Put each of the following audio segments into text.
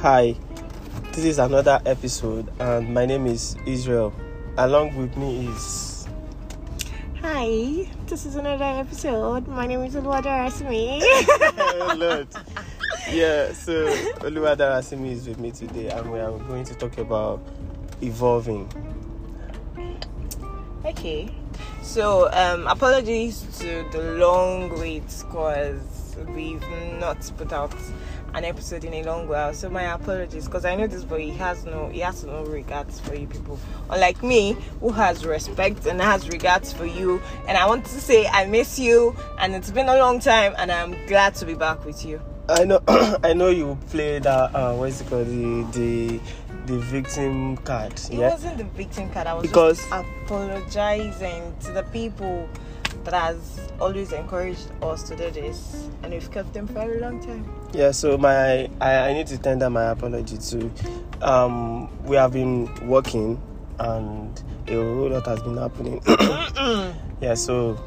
Hi, this is another episode, and my name is Israel. Along with me is. Hi, this is another episode. My name is Olwada Rasmi. Oh, Lord. Yeah, so Oluwada Rasimi is with me today, and we are going to talk about evolving. Okay. So, um, apologies to the long wait because we've not put out an episode in a long while. So my apologies because I know this boy he has no he has no regards for you people. Unlike me, who has respect and has regards for you. And I want to say I miss you and it's been a long time and I'm glad to be back with you. I know, I know you play that. Uh, what is it called? The the the victim card. It yeah. wasn't the victim card. I was Because- just apologizing to the people that has always encouraged us to do this, and we've kept them for a very long time. Yeah, so my I, I need to tender my apology to um we have been working and a whole lot has been happening. yeah, so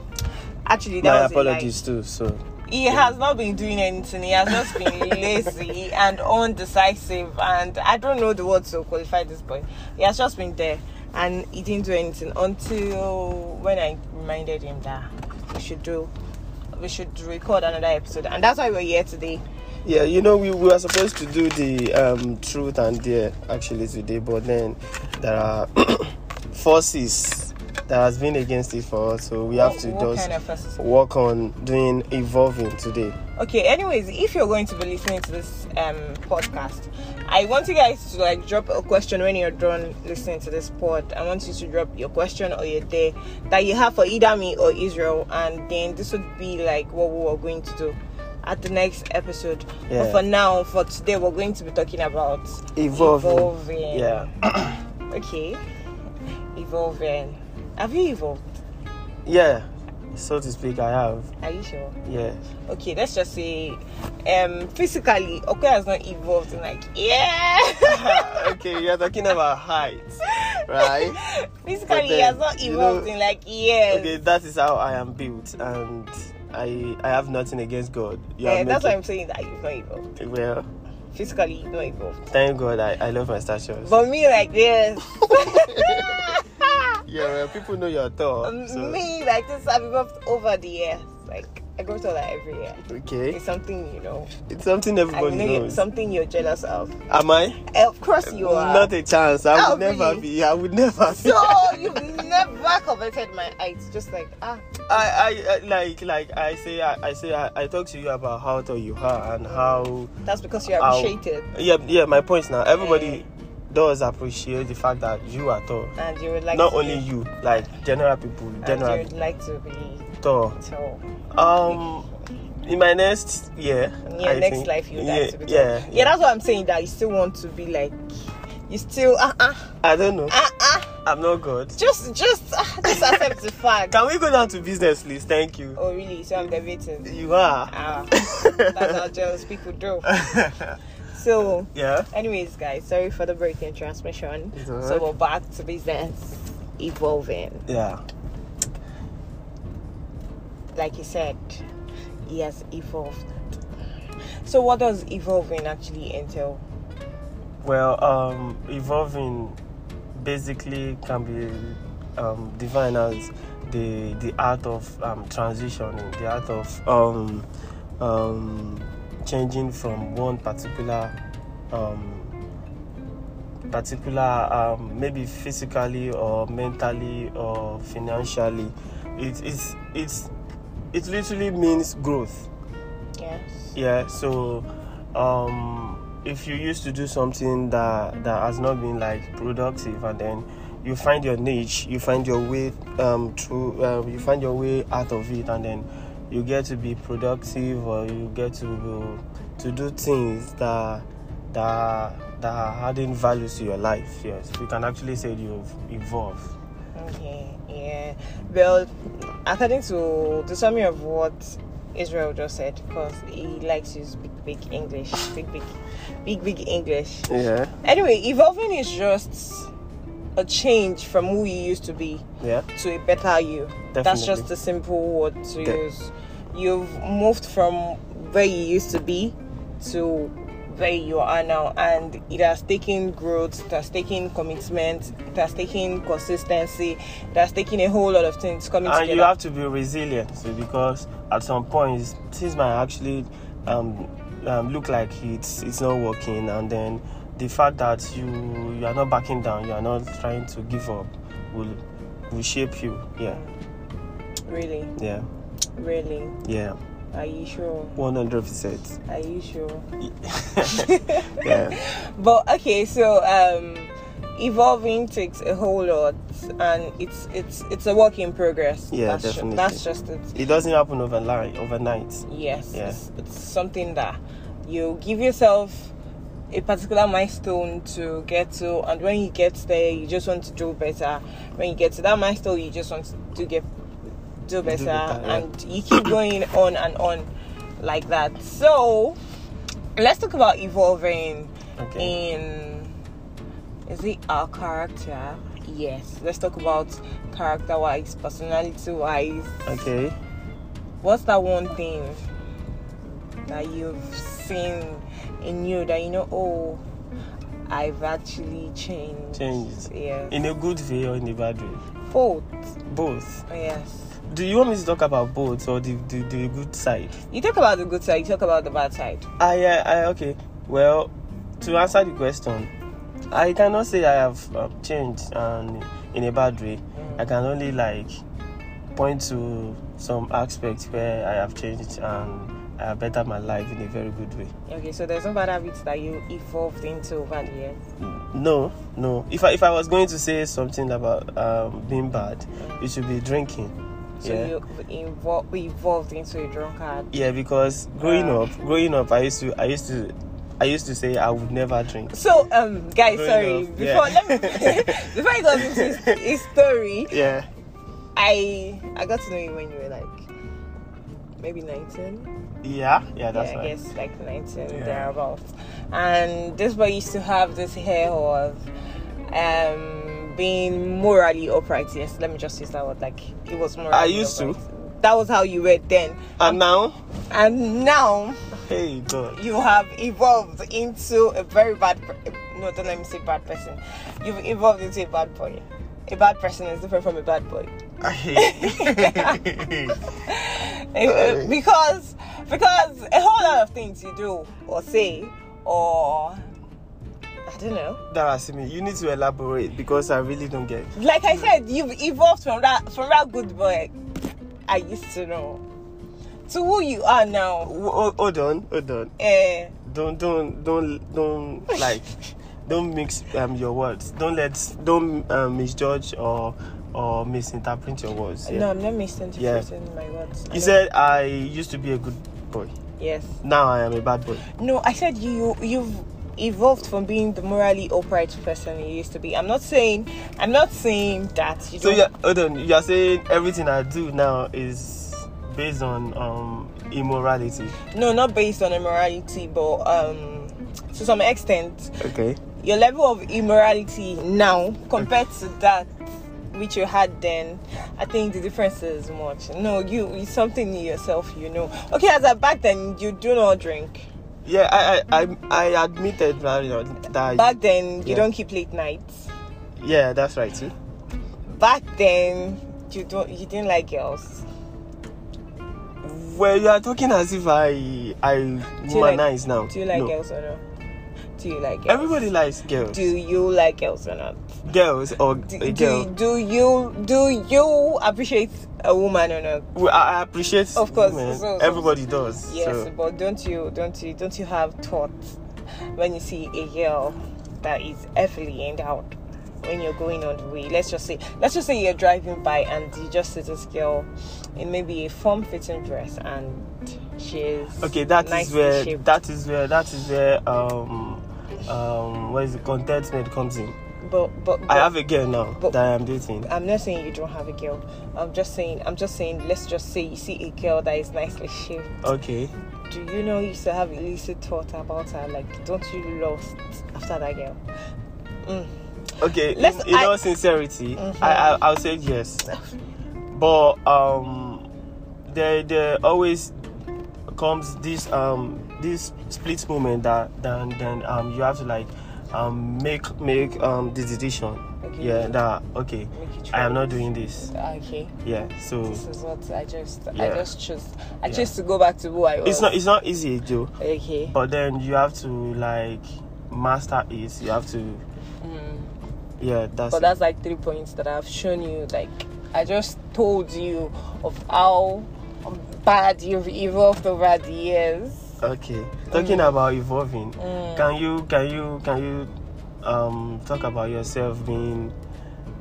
Actually, that my was apologies too. So A lie. He has not been doing anything. He has just been lazy and undecisive, and I don't know the word to qualify this boy. He has just been there, and he didn't do anything until when I reminded him that we should do, we should record another episode, and that's why we're here today. yeah, you know we, we were supposed to do the um truth and dare actually today, but then there are forces that has been against it for us, so we have to what just kind of first work on doing evolving today. okay anyways if you're going to be listening to this um podcast i want you guys to like drop a question when you're done listening to this pod i want you to drop your question or your day that you have for either me or israel and then this would be like what we were going to do at the next episode Yeah. but for now for today we're going to be talking about Evolving. Evolving. Yeah. okay evolving have you evolved Yeah. So to speak I have. are you sure Yeah. okay let's just say um physically okay has not evolved in like yeah okay, you're talking about height, right? But Physically, then, he has not you evolved know- in like years. Okay, that is how I am built, and I I have nothing against God. You Eh, have that's why nothing- I'm saying that you've not evolved. Well, Physically, you've not evolved. thank God I, I love my statues. But me, like this. yeah, well, people know you're tall. So, Um, me, like this, I've evolved over the years. Like, I grow taller every year. okay, It's something you know. it's something I know everybody you knows. Uh, something you're jealous of. Am I? Eh, Of course, you are. Not a chance. I Oh, would never really? be. I would never be. so you've never coveted my height. Just like ah, I, I I- like like I say I, I say I, I talk to you about how tall you are and how that's because you Ow. appreciated yeah yeah my point now everybody Eh. does appreciate the fact that you are tall. and you would like not to only be, you, like general people, and you general would like to be tall. tall. Um, in my next year, yeah, I next think- life you would yeah, like to be tall. yeah, yeah, that's what I'm saying. That you still want to be like, you still uh uh I don't know. uh uh. I'm not God. Just just uh, just accept the fact. Can we go down to business, please? Thank you. Oh really? So I'm debating. You are. Ah, that's how jealous people do. So, yeah. anyways, guys, sorry for the break in transmission. It's alright. So we're back to business, evolving. Yeah. Like he said, he has evolved. So what does evolving actually entail? Well, um, evolving basically can be um, defined as the the art of um, transitioning, the art of um, um, changing from one particular um, particular um, maybe physically or mentally or financially. It, it's it's it literally means growth. Yes. Yeah, so um, if you used to do something that that has not been like productive, and then you find your niche, you find your way um, through, uh, you find your way out of it, and then you get to be productive, or you get to to do things that that that are adding value to your life. Yes, you can actually say you've evolved. Okay, yeah. Well, according to the summary of what Israel just said, because he likes to use big, big English, big, big, big, big English. Yeah, Anyway, evolving is just a change from who you used to be yeah, to a better you. That's Definitely. just a simple word to De- use. You've moved from where you used to be to where you are now and it has taken growth it has taken commitment it has taken consistency it has taken a whole lot of things coming and together Uh, you have to be resilient so because at some point things might actually um, um, look like it's it's not working and then the fact that you you are not backing down you are not trying to give up will will shape you yeah really yeah really yeah are you sure 100 percent are you sure yeah but okay so um evolving takes a whole lot and it's it's it's a work in progress Yeah, that's ju- definitely. that's just it it doesn't happen overnight overnight yes Yeah. it's, it's something that you give yourself a particular milestone to get to and when you get there you just want to do better when you get to that milestone you just want to get do better, better, yeah. and you keep going on and on like that so let's talk about evolving okay in is it our character yes let's talk about character wise personality wise okay what's that one thing that you've seen in you that you know oh i've actually changed Changed. yes in a good way or in a bad way fault both yes do you want me to talk about both or the the, the good side you talk about the good side you talk about the bad side I, I, Ah, I okay. Well, to answer the question, I cannot say I have uh, changed and in a bad way. I Mm. can only like point to some aspects where I have changed and I have bettered my life in a very good way. okay so there's no bad habits that you evolved into over the years No, no. If I, if I was going to say something about um, being bad, it should be drinking. so you invo- evolved into a drunkard yeah, because growing Uh. up, growing up, I used to, I used to, I used to say I would never drink. So, um, guys, Fair sorry. enough, Before yeah. let me, before I got into his, his story, Yeah. I I got to know you when you were like maybe nineteen. Yeah. Yeah. That's yeah, right. I guess like nineteen Yeah. thereabouts. And this boy used to have this hair of um being morally upright. Yes, let me just use that word. Like it was morally. used to. upright. That was how you were then, And now, and now hey God. you have evolved into a very bad per- no don't let me say bad person you've evolved into a bad boy a bad person is different from a bad boy I hate. Eh, eh, because because a whole lot of things you do or say or i don't know Darasimi, you need to elaborate because I really don't get. like i said you've evolved from that from that good boy i used to know to who you are now Wo- ho- Hold on, hold on. Eh, Don't, don't, don't, don't like, don't mix um, your words. Don't let, don't um, misjudge or or misinterpret your words. Yeah. no i'm not misinterpreting my words I You don't- said I used to be a good boy. yes Now I am a bad boy. No, I said you you've evolved from being the morally upright person you used to be. I'm not saying I'm not saying that you So don't yeah, hold on. You are saying everything I do now is based on um immorality. no not based on immorality but um to some extent Okay. your level of immorality now compared to that which you had then i think the difference is much no you it's something in yourself you know okay as a back then you do not drink Yeah, I I I, I admitted that, you know, that back then you Yeah. don't keep late nights yeah, that's right too. back then you don't you didn't like girls Well, you are talking as if I I you like- womanize now. Do you like No. girls or not? Do you like girls? Everybody likes girls. Do you like girls or not? girls or Do, a do- girl. do you do you appreciate a woman or not? Well, I I appreciate. Of course, women. so- so- everybody does. Yes, so. but don't you don't you don't you have thoughts when you see a girl that is heavily endowed when you're going on the way? Let's just say let's just say you're driving by and you just see this girl in maybe a form fitting dress and she's Okay, that is nicely where shaped. that is where that is where um um where is the contentment comes in. but, but but I have a girl now but- that I am dating. I'm not saying you don't have a girl. I'm just saying I'm just saying let's just say you see a girl that is nicely shaped. Okay. Do you know you still have illicit thought about her? Like don't you lost after that girl? Okay. in- Let's- in I- all sincerity, Mhm. I, I I'll say yes. But um, there there always comes this um this split moment that then then um you have to like um make make um the decision. Okay. Yeah, that okay. Make you I am try not doing this. it. Okay. Yeah, so This is what I just I Yeah. just chose. I Yeah. chose to go back to who I was. it's not it's not easy, Joe. okay. But then you have to like master it. You have to Mm. yeah. That's But it. that's like three points that I've shown you. Like I just told you of how bad you've evolved over the years. Okay. Talking about evolving, Eh. can you can you can you um talk about yourself being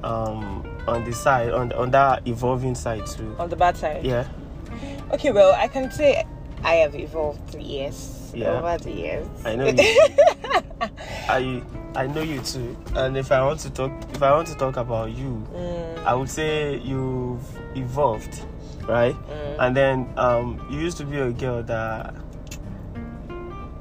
um on the side on on that evolving side too? On the bad side. Yeah. Okay, well I can say I have evolved. Yes. Yeah. Over the years. I know you. too. I I know you too. And if I want to talk if I want to talk about you, Mm. I would say you've evolved, right? Mm. And then um you used to be a girl that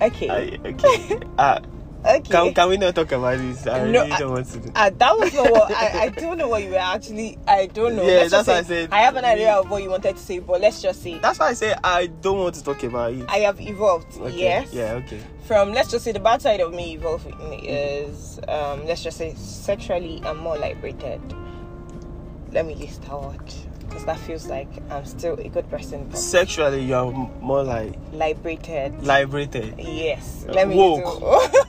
Okay. I, okay. uh, okay. can can we not talk about this? I No, really I- don't want to. Do. Uh, that was not what I, I don't know what you were actually I don't know. Yeah, Let's just that's what I say- said. I have an idea of what you wanted to say, but let's just say That's why I say I don't want to talk about it. I have evolved. Okay. Yes. Yeah, okay. From let's just say the bad side of me evolving is um let's just say sexually I'm more liberated. Let me use that word because that feels like I'm still a good person. but Sexually, you are m- more like liberated. liberated. Yes. Uh, Let me use woke. the-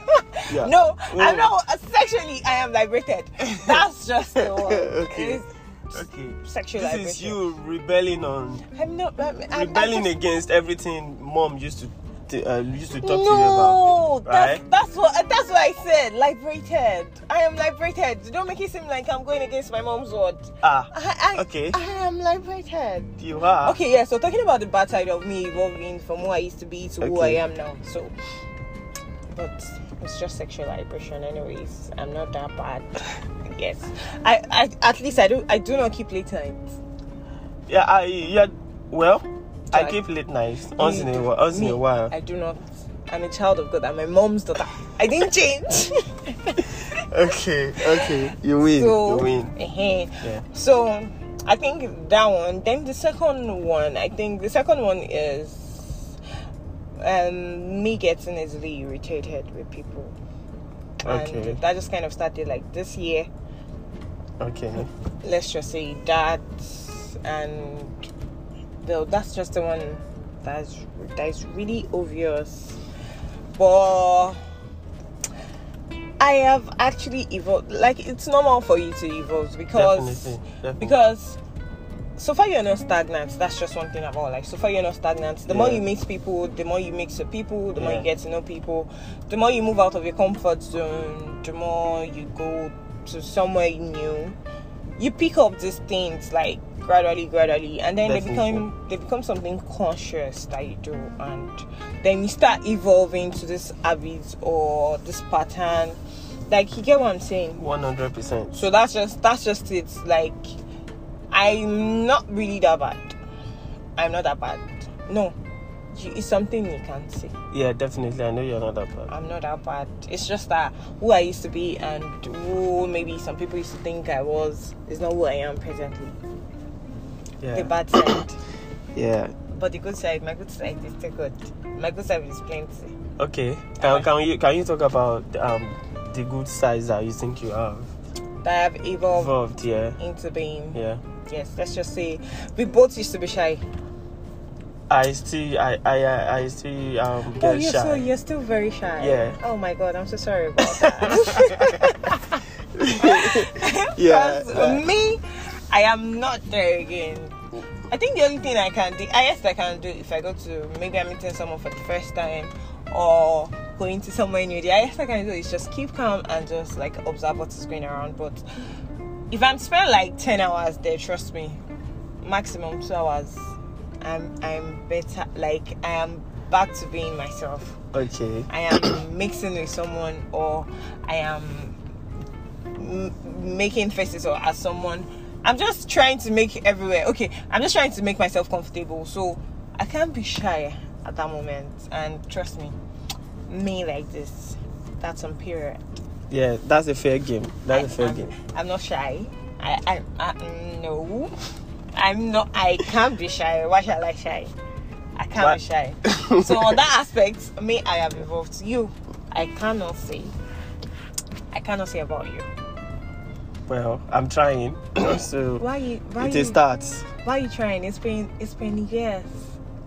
Yeah. No, Woke. I'm not uh, sexually I am liberated. That's just the word. Okay. It's Okay. Sexual This liberation. is you rebelling on I'm not. I'm, I'm- I'm rebelling just- against everything mom used to t- uh, used to talk to you about. No, that's, right? that's what that's what I said. Liberated. I am liberated. Don't make it seem like I'm going against my mom's word. Ah, I, I, Okay. Ah. I am liberated. you are. Okay, yeah. So talking about the bad side of me evolving from who I used to be to who I Okay. am now. So, but it's just sexual liberation, anyways. I'm not that bad. yes. I, I at least I do I do not keep late nights. Yeah, I yeah. Well, I Jack. keep late nights once in Me a do- while. Once in me, a while. I do not. I'm a child of God. I'm my mom's daughter. I didn't change. Okay, okay. You win. so, you win. eh-heh. Yeah. so I think that one. Then the second one. I think the second one is um, me getting easily irritated with people. Okay. And that just kind of started like this year. Okay. Let's just say that, and though that's just the one that's that's really obvious. But I have actually evolved. Like it's normal for you to evolve because Definitely, definitely. because so far you're not stagnant. That's just one thing about like so far you're not stagnant. The more Yeah. you meet people, the more you mix with people, the more Yeah. you get to know people, the more you move out of your comfort zone, the more you go to somewhere new. You pick up these things like gradually, gradually, and then they Definitely. become they become something conscious that you do, and then you start evolving to this habit or this pattern. Like you get what I'm saying. One hundred percent. So that's just that's just it. Like I'm not really that bad. I'm not that bad. No. You- It's something you can't say. Yeah, definitely. I know you're not that bad. I'm not that bad. It's just that who I used to be and who maybe some people used to think I was is not who I am presently. The Yeah. bad side. Yeah. but the good side, my good side is still good. My good side is plenty. Okay. Can, can you can you talk about um the good sides that you think you have That I've evolved evolved? Yeah. into being. Yeah. Yes, let's just say we both used to be shy. I still I I I, I still um get Oh, you're shy. so you're still very shy. Yeah. Oh my god, I'm so sorry about that. oh, Yeah, 'Cause yeah. Me, I am not there again. I think the only thing I can, the highest I can do, if I go to maybe I'm meeting someone for the first time or going to somewhere new, the highest I can do is just keep calm and just like observe what is going around. But if I'm spending like ten hours there, trust me, maximum two hours, I'm I'm better. Like I am back to being myself. Okay. I am mixing with someone or I am m- making faces or as someone. I'm just trying to make everywhere. Okay, I'm just trying to make myself comfortable. So I can't be shy at that moment. And trust me, me like this, that's on period. Yeah, that's a fair game. That's a fair I'm, game. I'm not shy. I, I, I, no. I'm not, I can't be shy. Why shall I shy? I can't Why- be shy. so on that aspect, me, I have evolved. You, I cannot say. I cannot say about you. Well, I'm trying. so Why you? Why it you? is that. Why you trying? It's been it's been years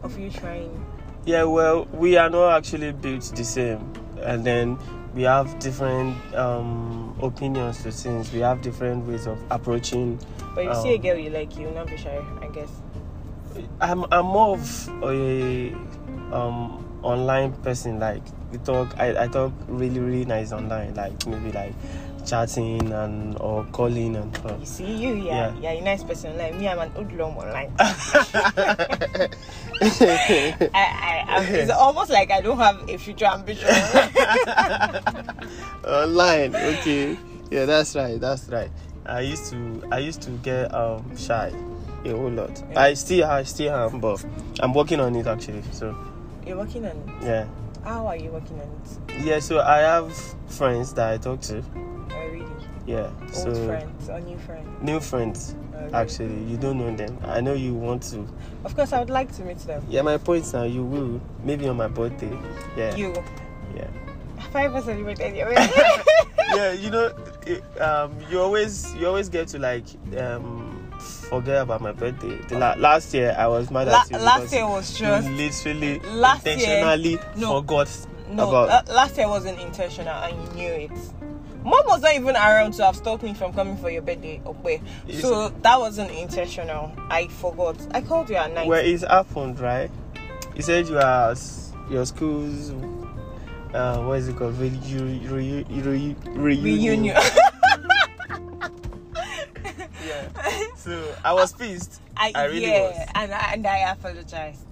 of you trying. Yeah, well, we are not actually built the same, and then we have different um, opinions to things. We have different ways of approaching. But if you see a Um, girl you like, you will not be shy. I guess. I'm I'm more of a um, online person. Like we talk, I, I talk really really nice online. Like maybe like chatting and or calling and You stuff. see, you yeah, Yeah. yeah, you're a nice person. Like me, I'm an hoodlum online. I, I, I, it's almost like I don't have a future ambition. online, okay. Yeah, that's right. That's right. I used to I used to get um shy a whole lot. Yeah. I still I still am, but I'm working on it actually. So you're working on it. yeah, How are you working on it? yeah. So I have friends that I talk to. Oh, really? Yeah. Old so friends or new friends? new friends. Oh, really? Actually, you don't know them. I know you want to. Of course, I would like to meet them. Yeah, my points now. You will maybe on my birthday. Yeah. You. Yeah. Have I ever celebrated your yeah, you know, it, um, you always you always get to like um, forget about my birthday. The la- last year I was mad La- at you. last because year was you just. literally last year- intentionally no. forgot No, about. la- last year wasn't intentional and you knew it. Mom was not even around to have stopped me from coming for your birthday. Okay. It's- So that wasn't intentional. I forgot. I called you at night. where it happened, right? You said you are s- your school's. Uh, what is it called? Re- re- re- Reunion. Yeah. So I was pissed. I, I really yeah, was. and I, and I apologized.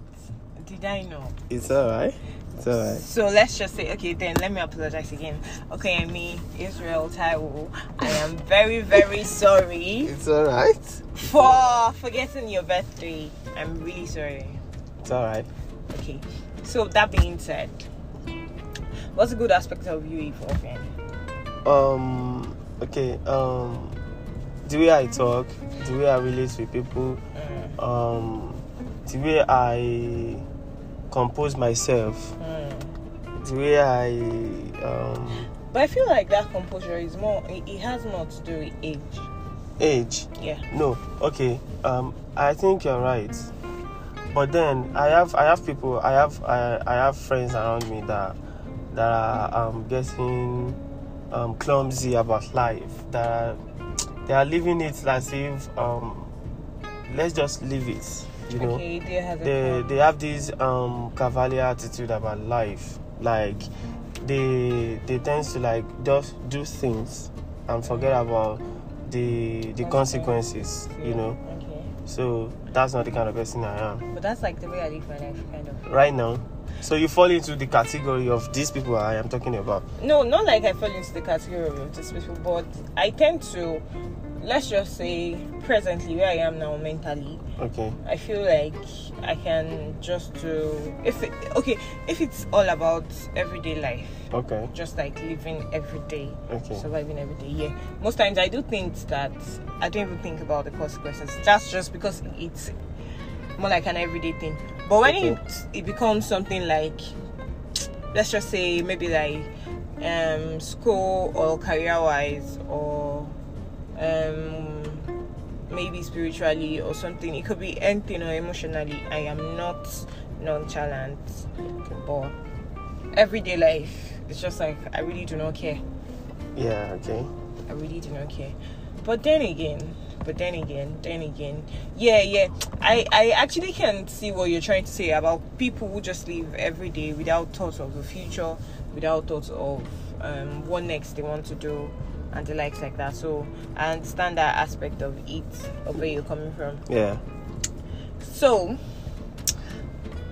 Did I know? It's alright. It's alright. So let's just say, okay, then let me apologize again. Okay, I'm me, Israel Taiwo. I am very, very sorry It's alright. for forgetting your birthday. I'm really sorry. It's alright. Okay, so that being said, what's a good aspect of you evolving? um okay um the way i talk the way i relate with people Mm, um the way i compose myself mm. the way i um But I feel like that composure is more, it, it has more to do with age. age Yeah. no okay um i think you're right but then i have i have people i have i, I have friends around me that that are um, getting um, clumsy about life that are, they are living it as if um, let's just leave it you know Okay, there has a they they have this um cavalier attitude about life like they they tend to like just do things and forget about the the consequences you know Okay. so that's not the kind of person i am But that's like the way I live my life, kind of. right now so you fall into the category of these people i am talking about No, not like I fell into the category of these people, but I tend to, let's just say, presently where I am now mentally, okay I feel like I can just do. If it, okay, if it's all about everyday life, okay just like living every day, okay surviving every day. Yeah, most times I do things that I don't even think about the consequences. That's just because it's more like an everyday thing. But when Okay. it it becomes something like, let's just say maybe like um, school or career wise or um, maybe spiritually or something. It could be anything or emotionally. I am not nonchalant or everyday life. It's just like I really do not care. yeah okay I really do not care. But then again, but then again, then again, yeah, yeah. I I actually can see what you're trying to say about people who just live every day without thoughts of the future, without thoughts of um, what next they want to do, and the likes like that. So I understand that aspect of it, of where you're coming from. yeah So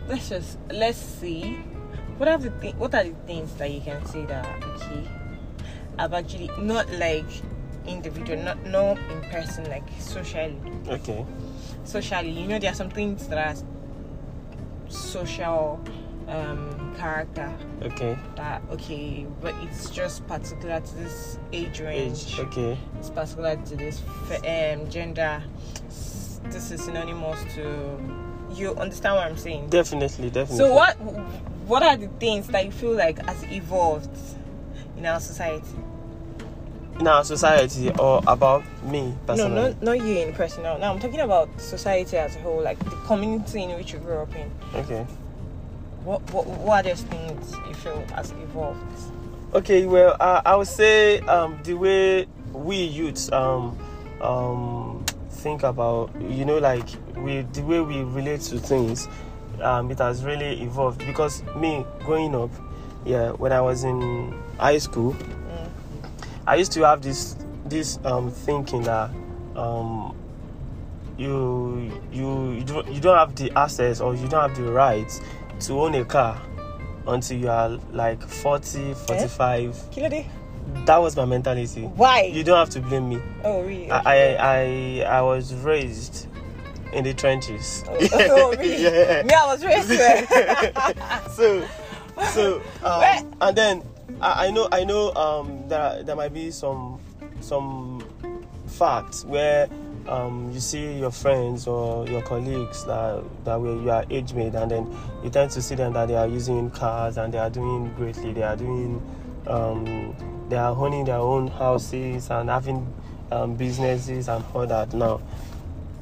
let's just let's see. What are the th- what are the things that you can say that okay? I've actually not like individual, not not in person, like socially. okay Socially, you know, there are some things that are social um, character okay that okay, but it's just particular to this age range age okay it's particular to this f- um, gender. S- This is synonymous to you understand what I'm saying. Definitely, definitely. So what what are the things that you feel like has evolved in our society? in our society or about me No, personally? not not you in personal. Now I'm talking about society as a whole, like the community in which you grew up in. Okay. What what what are those things you feel has evolved? Okay. Well, I I would say um, the way we youths um, um, think about you know like we the way we relate to things, um, it has really evolved because me growing up, yeah, when I was in high school, Mm. I used to have this this um, thinking that um, you you you don't, you don't have the access or you don't have the right to own a car until you are like 40 45 Killer day? that was my mentality Eh? Why? you don't have to blame me oh really? I, I i i was raised in the trenches Oh, oh, really? Yeah. Me, I was raised there. so so Where- um, and then I, I know I know um there are- there might be some some facts where um you see your friends or your colleagues that that were you are age mate and then you tend to see them that they are using cars and they are doing greatly they are doing um they are owning their own houses and having um, businesses and all that now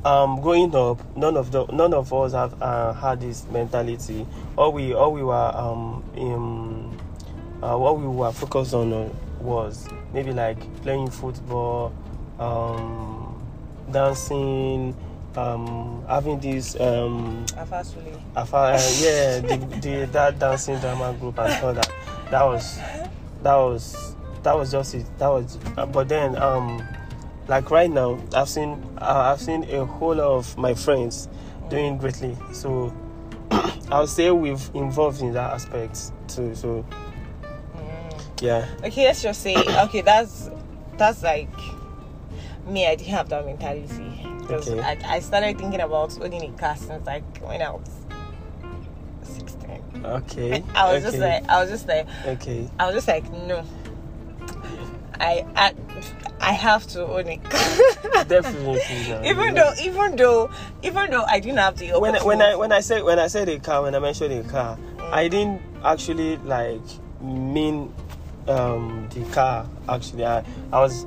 um growing up none of the none of us have uh, had this mentality all we all we were um in uh, what we were focused on uh, was maybe like playing football um dancing um having this um Afasuli. afa- uh, yeah the, the that dancing drama group and all that that was that was that was just it that was uh, but then um like right now i've seen uh, i've seen a whole lot of my friends doing greatly so i'll say we've involved in that aspect too so Mm. yeah Okay, let's just say okay. That's that's like me. I didn't have that mentality because Okay. I, I started thinking about owning a car since like when I was sixteen. okay I okay. was just like I was just like okay I was just like no. I I, I have to own a car. definitely yeah. even though even though even though I didn't have the when I, when I opportunity- when I said when I said a car when I mentioned a car, I didn't actually like mean um the car. Actually, I, I was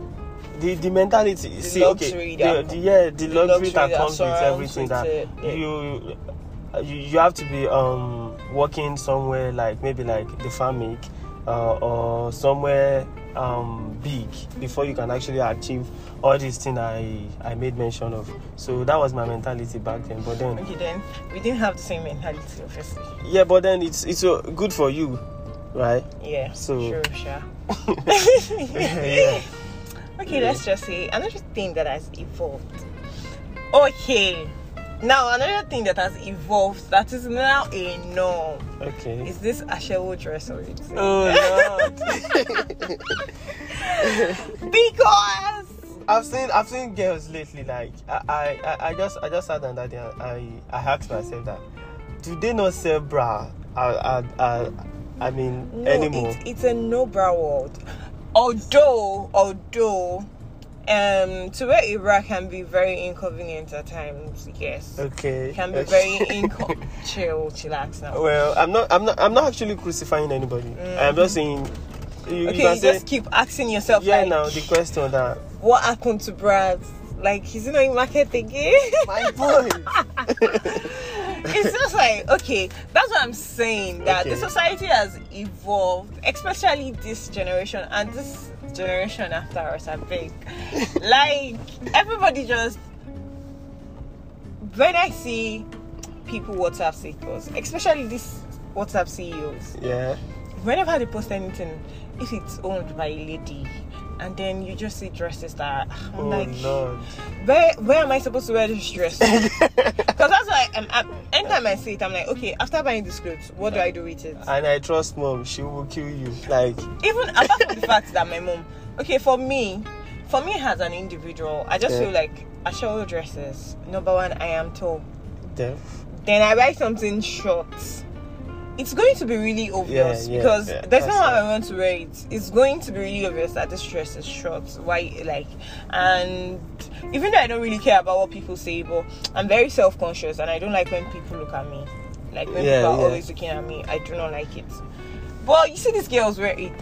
the the mentality. see, okay, luxury the, that- the, yeah, the, the luxury, that, luxury that comes with surrounds everything with that it, yeah. you you you have to be um working somewhere like maybe like the farmic uh, or somewhere um big before you can actually achieve all these things I I made mention of. So that was my mentality back then. But then okay then we didn't have the same mentality obviously. yeah, but then it's it's uh, good for you, right? Yeah. So- sure, sure. yeah. Okay, let's just say another thing that has evolved. Okay, now another thing that has evolved that is now a norm Okay. is this Ashewo dress already. Oh because I've seen I've seen girls lately like I I, I- I just I just sat down that day and I I asked myself that do they not sell bra? I I I, I mean no, anymore. It's, it's a no bra world. Although, although, um, to wear a bra can be very inconvenient at times. Yes, okay. can be okay. very inconvenient. chill, chillax now. uh, well, I'm not I'm not I'm not actually crucifying anybody. I'm just saying. You, Mm. Okay, you can you say, just keep asking yourself, yeah. like, now the question that what happened to Brad? Like, he's not in market again. my boy. it's just like, okay, that's what I'm saying. That the Okay. society has evolved, especially this generation and this generation after us, I think. like, everybody just. When I see people WhatsApp CEOs, especially these WhatsApp E CEOs, Yeah. whenever they post anything, if it's owned by a lady, and then you just see dresses that I'm Oh like, Lord. where where am I supposed to wear this dress? Because that's why I'm, I'm anytime I see it, I'm like, okay, after buying this clothes, what do I do with it? and I trust mom, she will kill you. Like, Even apart from the fact that my mom, okay, for me, for me as an individual, I just Yeah. feel like I show dresses. Number one, I am tall. damn. Then I buy something short. it's going to be really obvious yeah, because yeah, that's not that's how it. I want to wear it. It's going to be really obvious that this dress is short. Why, like, and even though I don't really care about what people say, but I'm very self conscious and I don't like when people look at me. Like, when Yeah, people are yeah. always looking at me, I do not like it. But you see, these girls wear it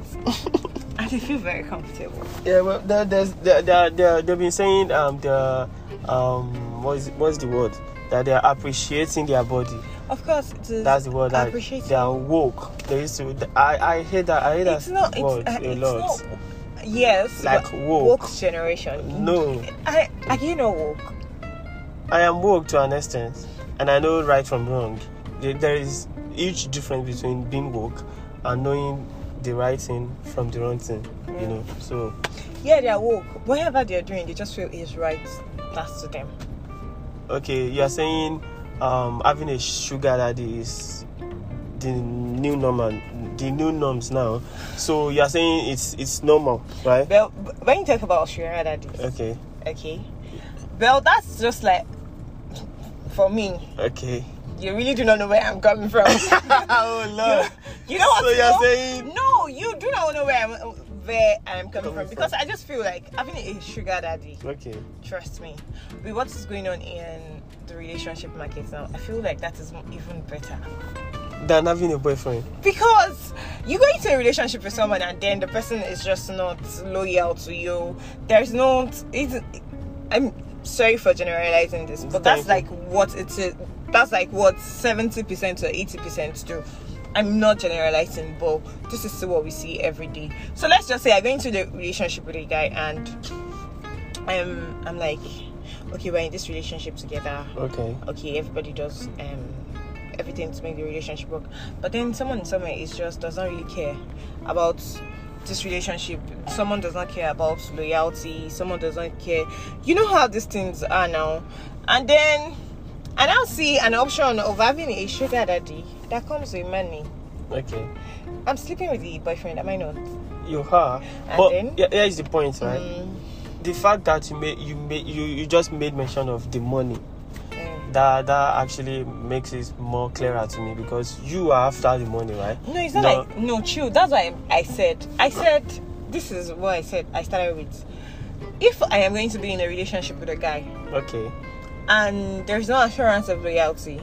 and they feel very comfortable. Yeah, well, there, there's, there, there, there, they've been saying um the um what's what's the word that they're appreciating their body. Of course, it is. That's the word that Appreciating. they are woke. They used to. I I hate that. I hate it's that not, it's, word uh, a it's lot. not. Yes, Like but woke. woke generation. No, I, I you know woke. I am woke to an extent, and I know right from wrong. There- There is huge difference between being woke and knowing the right thing from the wrong thing. You know, so Yeah, they are woke. Whatever they're doing, they just feel is right. That's to them. okay, you are saying um, having a sugar daddy is the new normal, the new norms now. So you are saying it's it's normal, right? Well, when you talk about Australia, that is Okay, okay. Well, that's just like for me. okay. You really do not know where I'm coming from. oh Lord. you know what? So you you're know? saying- no? You do not know where I'm where I'm coming Coming from because from. I just feel like having a sugar daddy. Okay. Trust me, with what is going on in the relationship market now, I feel like that is even better. Than having a boyfriend. because you go into a relationship with someone and then the person is just not loyal to you there's no it's, i'm sorry for generalizing this but that's like Thank what it is that's like what 70% or 80% do i'm not generalizing but this is still what we see every day so let's just say i go into the relationship with a guy and um, i'm like okay we're in this relationship together Okay. okay, everybody does um, everything to make the relationship work. But then someone somewhere is just does not really care about this relationship. Someone does not care about loyalty. Someone does not care. You know how these things are now. And then I now see an option of having a sugar daddy that comes with money. Okay. I'm sleeping with the boyfriend. Am I not? You are. And but then? yeah, here is the point, right? Mm, The fact that you made you made you, you just made mention of the money. mm. That that actually makes it more clearer to me because you are after the money, right? No, it's not No. like no chill. That's why I said I said this is what I said. I started with if I am going to be in a relationship with a guy Okay. and there's no assurance of loyalty,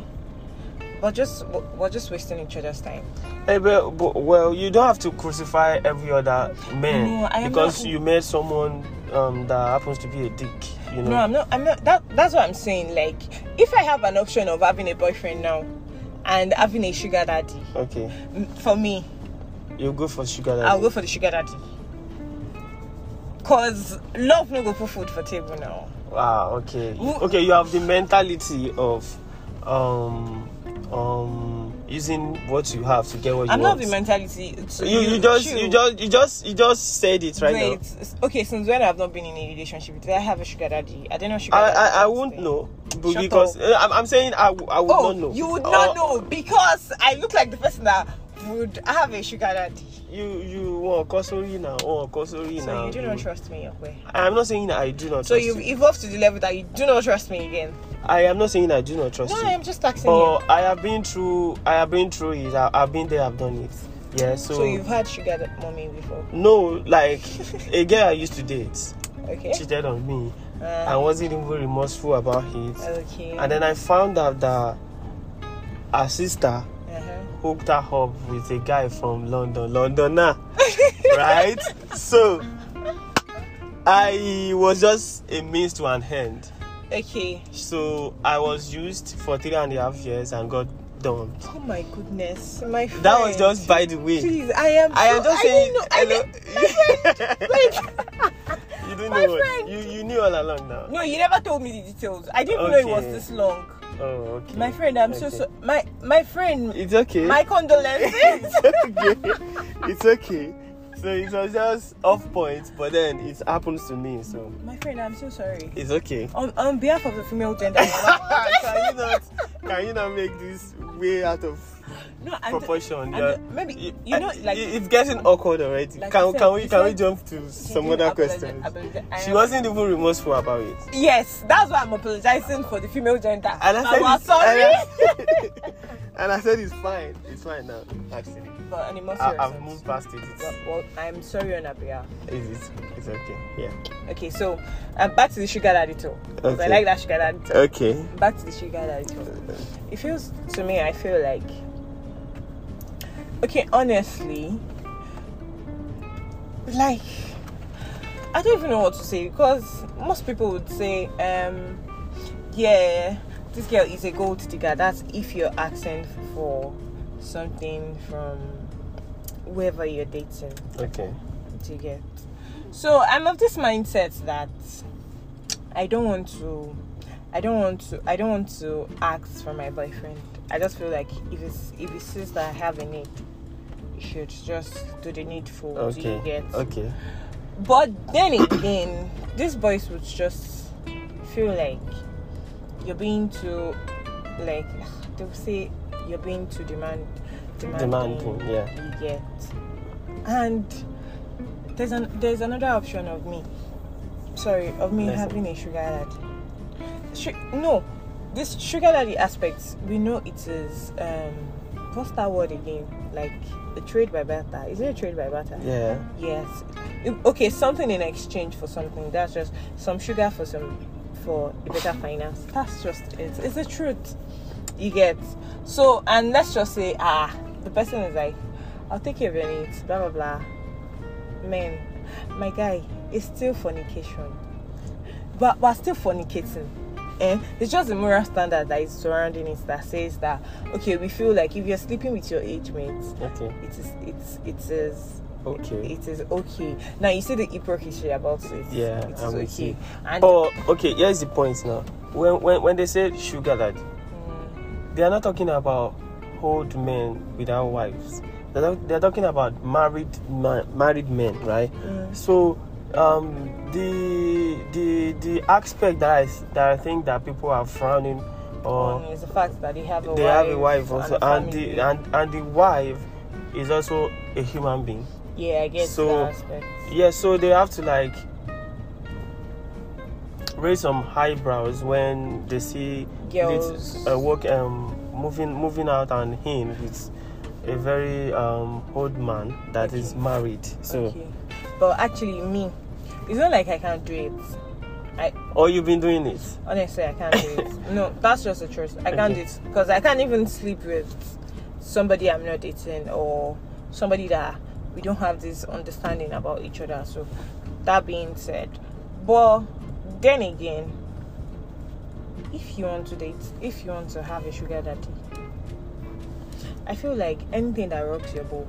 we're just we're just wasting each other's time. Eh, well, but, well, you don't have to crucify every other man No, I am because not- you met someone um, that happens to be a dick. You know. No, I'm not. I'm not. That that's what I'm saying. Like if I have an option of having a boyfriend now and having a sugar daddy, okay. m- for me, You go for sugar daddy. I'll go for the sugar daddy. Cause love no go put food for table now. Wow, Ah, okay. Who- Okay, you have the mentality of um um using what you have to get what you I'm not want. the mentality. to- you, you just chill. you just you just you just said it right Wait, now. s- okay, since when I've not been in a relationship, did I have a sugar daddy? I didn't know sugar I daddy. I, I was won't there. know but Shut because up. uh, I'm, I'm saying I, w- I would Oh, not know. you would Uh, not know because I look like the person that would have a sugar daddy. You you want Kosori now or Kosori So now. you do not trust me, okay? I'm not saying I do not So trust you've you. evolved to the level that you do not trust me again. I am not saying I do not trust No, you. Oh, I'm just asking you. but I have been through I have been through it. I, I've been there, I've done it. Yeah, so, Mm, So, you've had sugar da- mommy before, no, like a girl I used to date. okay? cheated on me. I Uh, wasn't even remorseful about it. okay. And then I found out that her sister uh-huh. hooked her up with a guy from London, Londoner, right? So I was just a means to an end. Okay. So I was used for three and a half years and got done. Oh my goodness, my friend. That was just by the way. Please, I am. I am so- just I didn't saying. know- I hello. didn't- Wait. you didn't my know what? friend. You, you knew all along now. No, you never told me the details. I didn't know it was Okay. this long. Oh, okay. My friend, I'm so Okay. so my my friend It's okay. my condolences. it's okay. It's okay. So it was just off point, but then it happens to me, so my friend, I'm so sorry. it's okay. On on behalf of the female gender. can you not? Can you not make this way out of no, I'm proportion? I'm Yeah. the- maybe It- you know like it- it's getting awkward already. Like I can said, can we you can we said- jump to some other questions? She She wasn't even remorseful about it. Yes, that's why I'm apologizing for the female gender. And I said, was and sorry. I- And I said it's fine. It's fine now. Actually, But on a more I, serious I've note- moved past it. It's, Well, well, I'm sorry on her behalf. it's, it's, it's okay. Yeah. Okay, so uh, back to the sugar daddy talk. 'Cause I Okay. like that sugar daddy talk. Okay. Back to the sugar daddy talk. It feels to me, I feel like. Okay, honestly, like, I don't even know what to say because most people would say, um, yeah, this girl is a gold digger. That's if you're asking for something from whoever you're dating. Okay. to get. So I'm of this mindset that I don't want to, I don't want to, I don't want to ask for my boyfriend. I just feel like if it's if it says that I have a need, you should just do the needful. Do you Okay. get? Okay. But then again, these boys would just feel like you're being too, like they'll say you're being too demand, Demanding. Yeah. you get. And there's an there's another option of me. Sorry, of me Listen. having a sugar daddy. Su- no, this sugar daddy aspect we know it is um what's that word again? Like a trade by barter. Is it a trade by barter? Yeah. Yes. Um, Okay, something in exchange for something. That's just some sugar for some for a better finance. That's just it. It's the truth. You get so, and let's just say ah, the person is like, I'll take care of your needs. Blah blah blah. Man, my guy, it's still fornication. But we're still fornicating. Eh? It's just the moral standard that is surrounding it that says that okay, we feel like if you're sleeping with your age mates, Okay. it is it's it is Okay. it is okay. Now you see the hypocrisy about it. Yeah, it is I'm with okay. you. Oh. And But okay, here's the point now. When when when they say sugar daddy, they are not talking about old men without wives. They're, not- they're talking about married ma- married men, right? So um, the the the aspect that I s- that I think that people are frowning or um, it's the fact that they have a they wife. have a wife also, a and family. the and, and the wife is also a human being. yeah, I guess so- that aspect. Yeah, so they have to like raise some eyebrows when they see Girls. lit- uh, work um moving moving out and him with a very um old man that is Okay. married. So Okay. But actually, me, it's not like I can't do it. or you've been doing it. Honestly, I can't do it. No, that's just the truth. I can't do it because I can't even sleep with somebody I'm not dating or somebody that we don't have this understanding about each other. So, that being said, but then again, if you want to date, if you want to have a sugar daddy, I feel like anything that rocks your boat.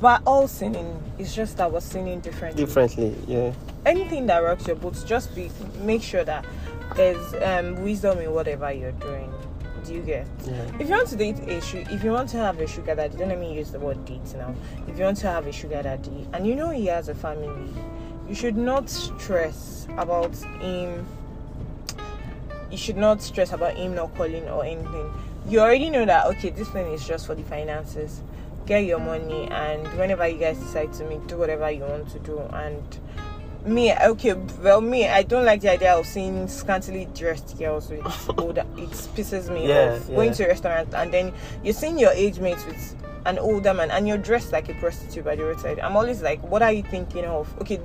We're all sinning. It's just that we're sinning differently Differently, yeah. anything that rocks your boat, just be make sure that there's um, wisdom in whatever you're doing. Do you get? Yeah. If you want to date a su- if you want to have a sugar daddy, don't let me use the word date now. If you want to have a sugar daddy and you know he has a family, you should not stress about him. You should not stress about him not calling or anything. You already know that okay, this thing is just for the finances. Get your money, and whenever you guys decide to meet, do whatever you want to do. And me, okay, well, me, I don't like the idea of seeing scantily dressed girls with older. It pisses me Yeah, off. Going yeah. to a restaurant and then you're seeing your age mates with an older man and you're dressed like a prostitute by the roadside. I'm always like, what are you thinking of? Okay,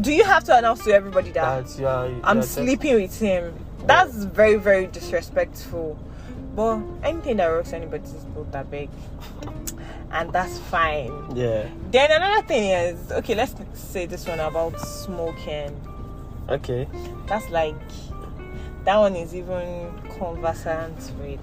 do you have to announce to everybody that That's you are, you I'm are just- sleeping with him? That's very, very disrespectful. But anything that works anybody's boat, that big, and that's fine. Yeah. Then another thing is, okay, let's say this one about smoking. Okay. That's like that one is even conversant with.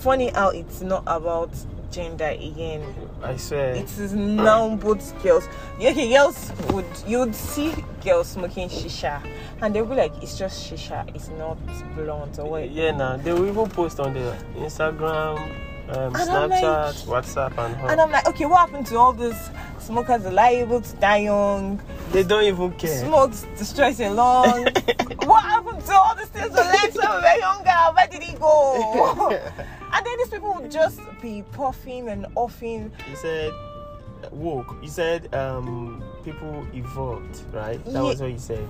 Funny how it's not about gender again. I swear. It is now both girls. Okay, girls would you'd see girls smoking shisha, and they'll be like, "It's just shisha. It's not blunt or what." Yeah now. They will even post on their Instagram, um, And I'm like- Snapchat, WhatsApp and all. And I'm like, "Okay, what happened to all these smokers? Are liable to die young. they don't even care. Smokes destroys your lungs. what happened to all these things? The legs when we were younger. Where did he go?" And then these people would just be puffing and offing. You said uh, woke. You said um, people evolved, right? That Ye- was what you said.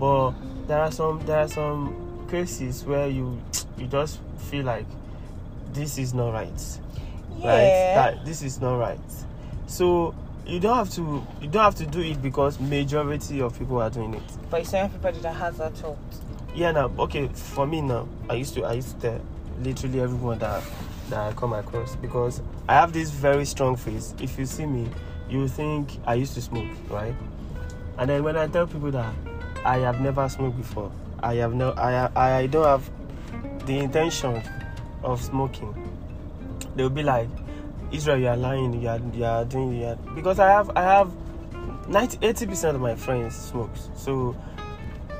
But there are some there are some cases where you you just feel like this is not right Yeah. right that this is not right so you don't have to you don't have to do it because majority of people are doing it But it's not everybody that has that thought. yeah now okay for me now i used to i used to tell literally everyone that that i come across because i have this very strong face if you see me you think i used to smoke right and then when i tell people that i have never smoked before i have no i i, I don't have the intention of smoking they'll be like israel you are lying you are, you are doing you are, because i have i have 90 80% of my friends smokes so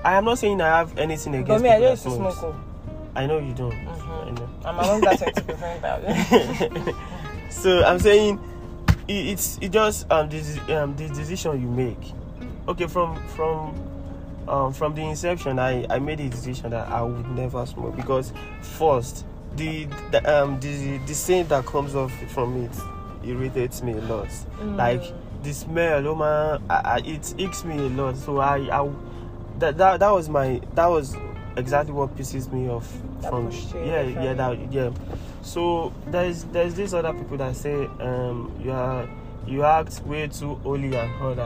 i am not saying i have anything against But me, I people don't that used to smokes. smoke. oh. i know you don't Mhm. I know. I'm along that 20% that. so I'm saying it, it's it just um this um the decision you make. Okay, from from um from the inception, I I made a decision that I would never smoke because first the, the um the the scent that comes off from it irritates me a lot. Like the smell, oh man, I, I, it icks me a lot. So I I that, that that was my that was exactly what pisses me off That from pushed you yeah away yeah from that yeah so there's there's these other people that say um you are you act way too holy and holy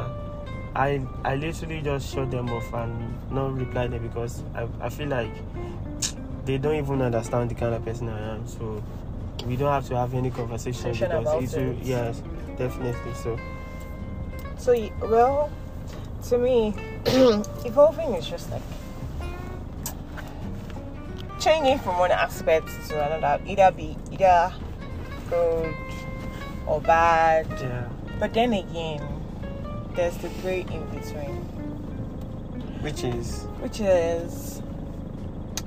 i i literally just shut them off and not reply them because i, I feel like they don't even understand the kind of person i am so we don't have to have any conversation Conversation because about it's will- it. yes definitely so So, y- well, to me, evolving is just like changing from one aspect to another, either be either good or bad. yeah But then again, there's the gray in between, which is which is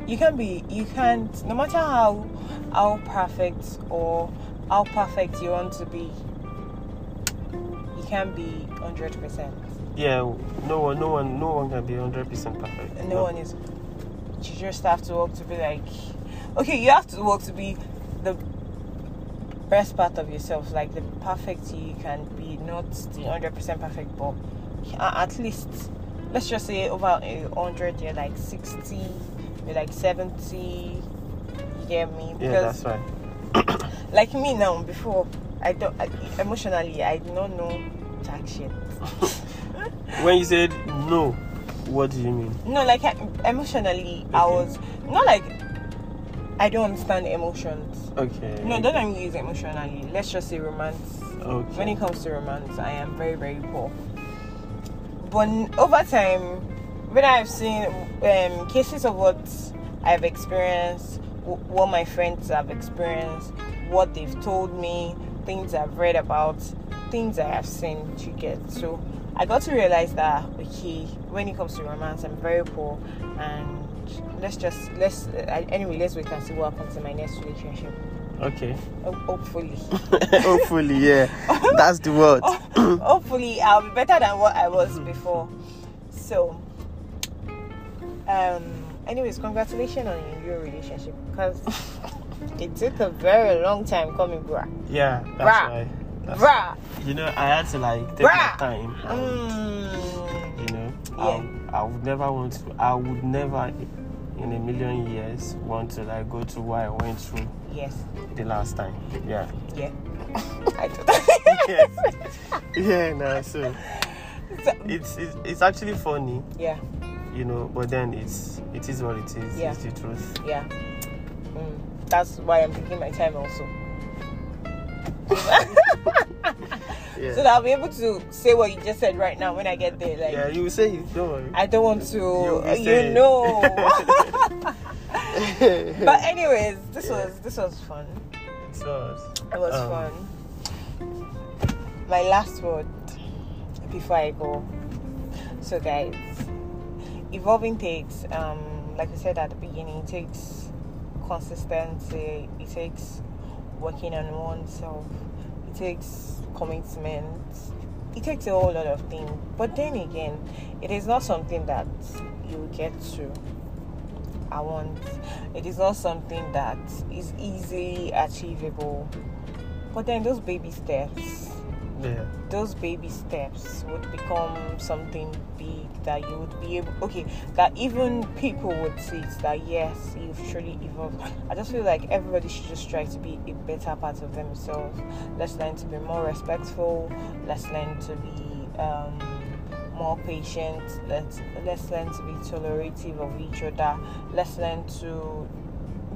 you can be, you can't, no matter how how perfect or how perfect you want to be, you can't be hundred percent. yeah no one no one no one can be 100 percent perfect and no, one is. You just have to work to be like, okay, you have to work to be the best part of yourself, like the perfect you can be, not the hundred percent perfect, but a- at least let's just say over a hundred, you're like sixty, you're like seventy. You get me? yeah that's right like me now, before I don't I, emotionally, I do not know jack shit. when you said no what do you mean No, like I, emotionally, I Okay. was not like I don't understand emotions. okay No, don't let me use emotionally. Let's just say romance. okay When it comes to romance, I am very, very poor. But n- over time, when I've seen um, cases of what I've experienced, wh- what my friends have experienced, what they've told me, things I've read about, things I have seen to get. So I got to realize that okay, when it comes to romance, I'm very poor, and let's just let's uh, anyway let's wait and see what happens in my next relationship. okay Ho- Hopefully. Hopefully, yeah. That's the word. Ho- Oh, hopefully I'll be better than what I was before. So, um, anyways, congratulations on your new relationship because it took a very long time coming, bruh. Yeah, that's Bruh. why. That's- Bruh. You know, I had to like take my Bruh. time. and, Mm. You know, Yeah. I, I would never want to. I would never, in a million years, want to like go to what I went through Yes. the last time. Yeah. Yeah. I don't. Yes. yeah. No. So So, it's, it's it's actually funny, yeah. you know. But then it's it is what it is. Yeah. It's the truth. Yeah. Mm. That's why I'm taking my time also. Yeah. So that I'll be able to say what you just said right now when I get there. Like, yeah. You say it. Don't worry. I don't want You'll be to, you saying. know. but eh, anyways, this Yeah. was this was fun. It's us. It was Um, fun. My last word before I go. So guys, evolving takes, um, like I said at the beginning, it takes consistency. It takes working on oneself. It takes commitment. It takes a whole lot of things. But then again, it is not something that you get to. I want. It is not something that is easily achievable. But then those baby steps, Yeah. those baby steps would become something big that you would be able okay that even people would see it, that yes you've truly evolved i just feel like everybody should just try to be a better part of themselves let's learn to be more respectful let's learn to be um more patient let's let's learn to be tolerative of each other let's learn to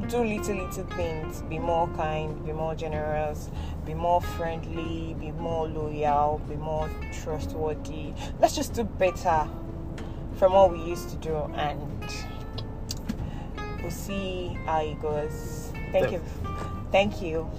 do little little things be more kind be more generous be more friendly be more loyal be more trustworthy let's just do better from what we used to do and we'll see how it goes thank you thank you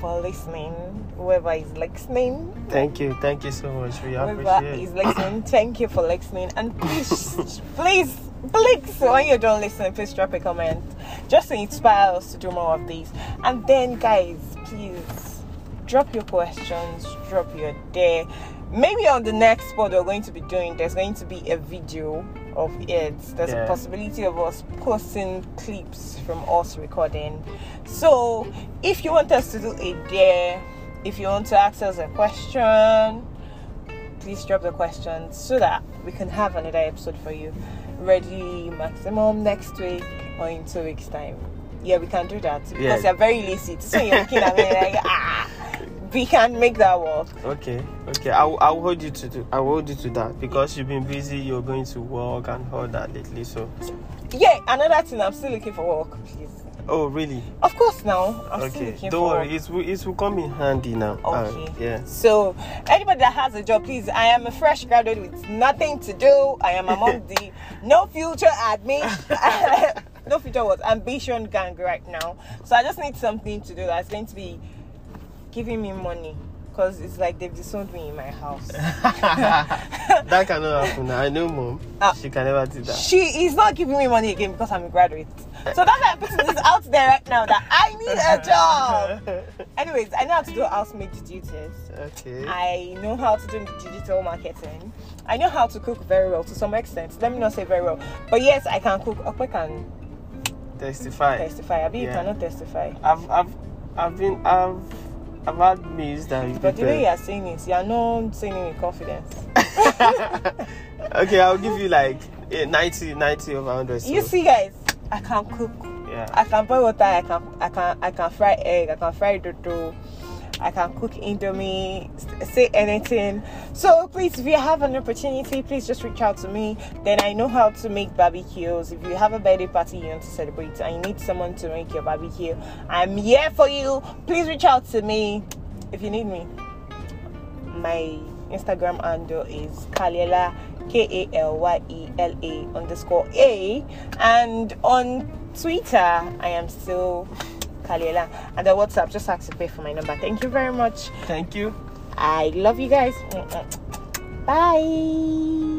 for listening whoever is listening Thank you. Thank you so much. We whoever appreciate is it. listening thank you for listening and please please please when you don't listen please drop a comment just to inspire us to do more of these and then guys please drop your questions drop your day maybe on the next pod we're going to be doing there's going to be a video of it there's Yeah. a possibility of us posting clips from us recording so if you want us to do a dare if you want to ask us a question please drop the questions so that we can have another episode for you ready maximum next week or in two weeks time yeah we can do that because Yeah. you're very lazy so you're looking at me like ah we can make that work Okay. Okay. I'll, I'll hold you to do, I'll hold you to that because you've been busy. You're going to work and all that lately. So. yeah another thing i'm still looking for work please Oh really? of course now i'm still Okay. looking Don't for worry. work. It will it will come in handy now. Uh, Okay. yeah. So, anybody that has a job, please. I am a fresh graduate with nothing to do. I am among the no future admin, no future what ambition gang right now. So I just need something to do that's going to be giving me money, cause it's like they've disowned me in my house. that cannot happen. I know, mom. Ah. she can never do that. She is not giving me money again because I'm a graduate. So that's why I'm putting this out there right now that I need a job. Anyways, I know how to do housemate duties. okay. I know how to do digital marketing. I know how to cook very well to some extent. Let me not say very well, but yes, I can cook. Okwe can Testify. testify. Abi, you Yeah. cannot testify. I've I've I've been I've I've had meals that you But the way you prepare. are saying it, you are not saying it with confidence. okay, I'll give you like eh, 90, 90 over hundred. So, You see, guys, I can cook. yeah. I can boil water. I can, I can, I can fry egg. I can fry dodo. I can cook indomie. s- Say anything. So please, if you have an opportunity, please just reach out to me. Then I know how to make barbecues. If you have a birthday party you want to celebrate and you need someone to make your barbecue, I'm here for you. Please reach out to me if you need me. My Instagram handle is Kalela K A L Y E L A underscore A and on Twitter I am still Kalela and on WhatsApp just ask to pay for my number. Thank you very much. Thank you. I love you guys. Bye.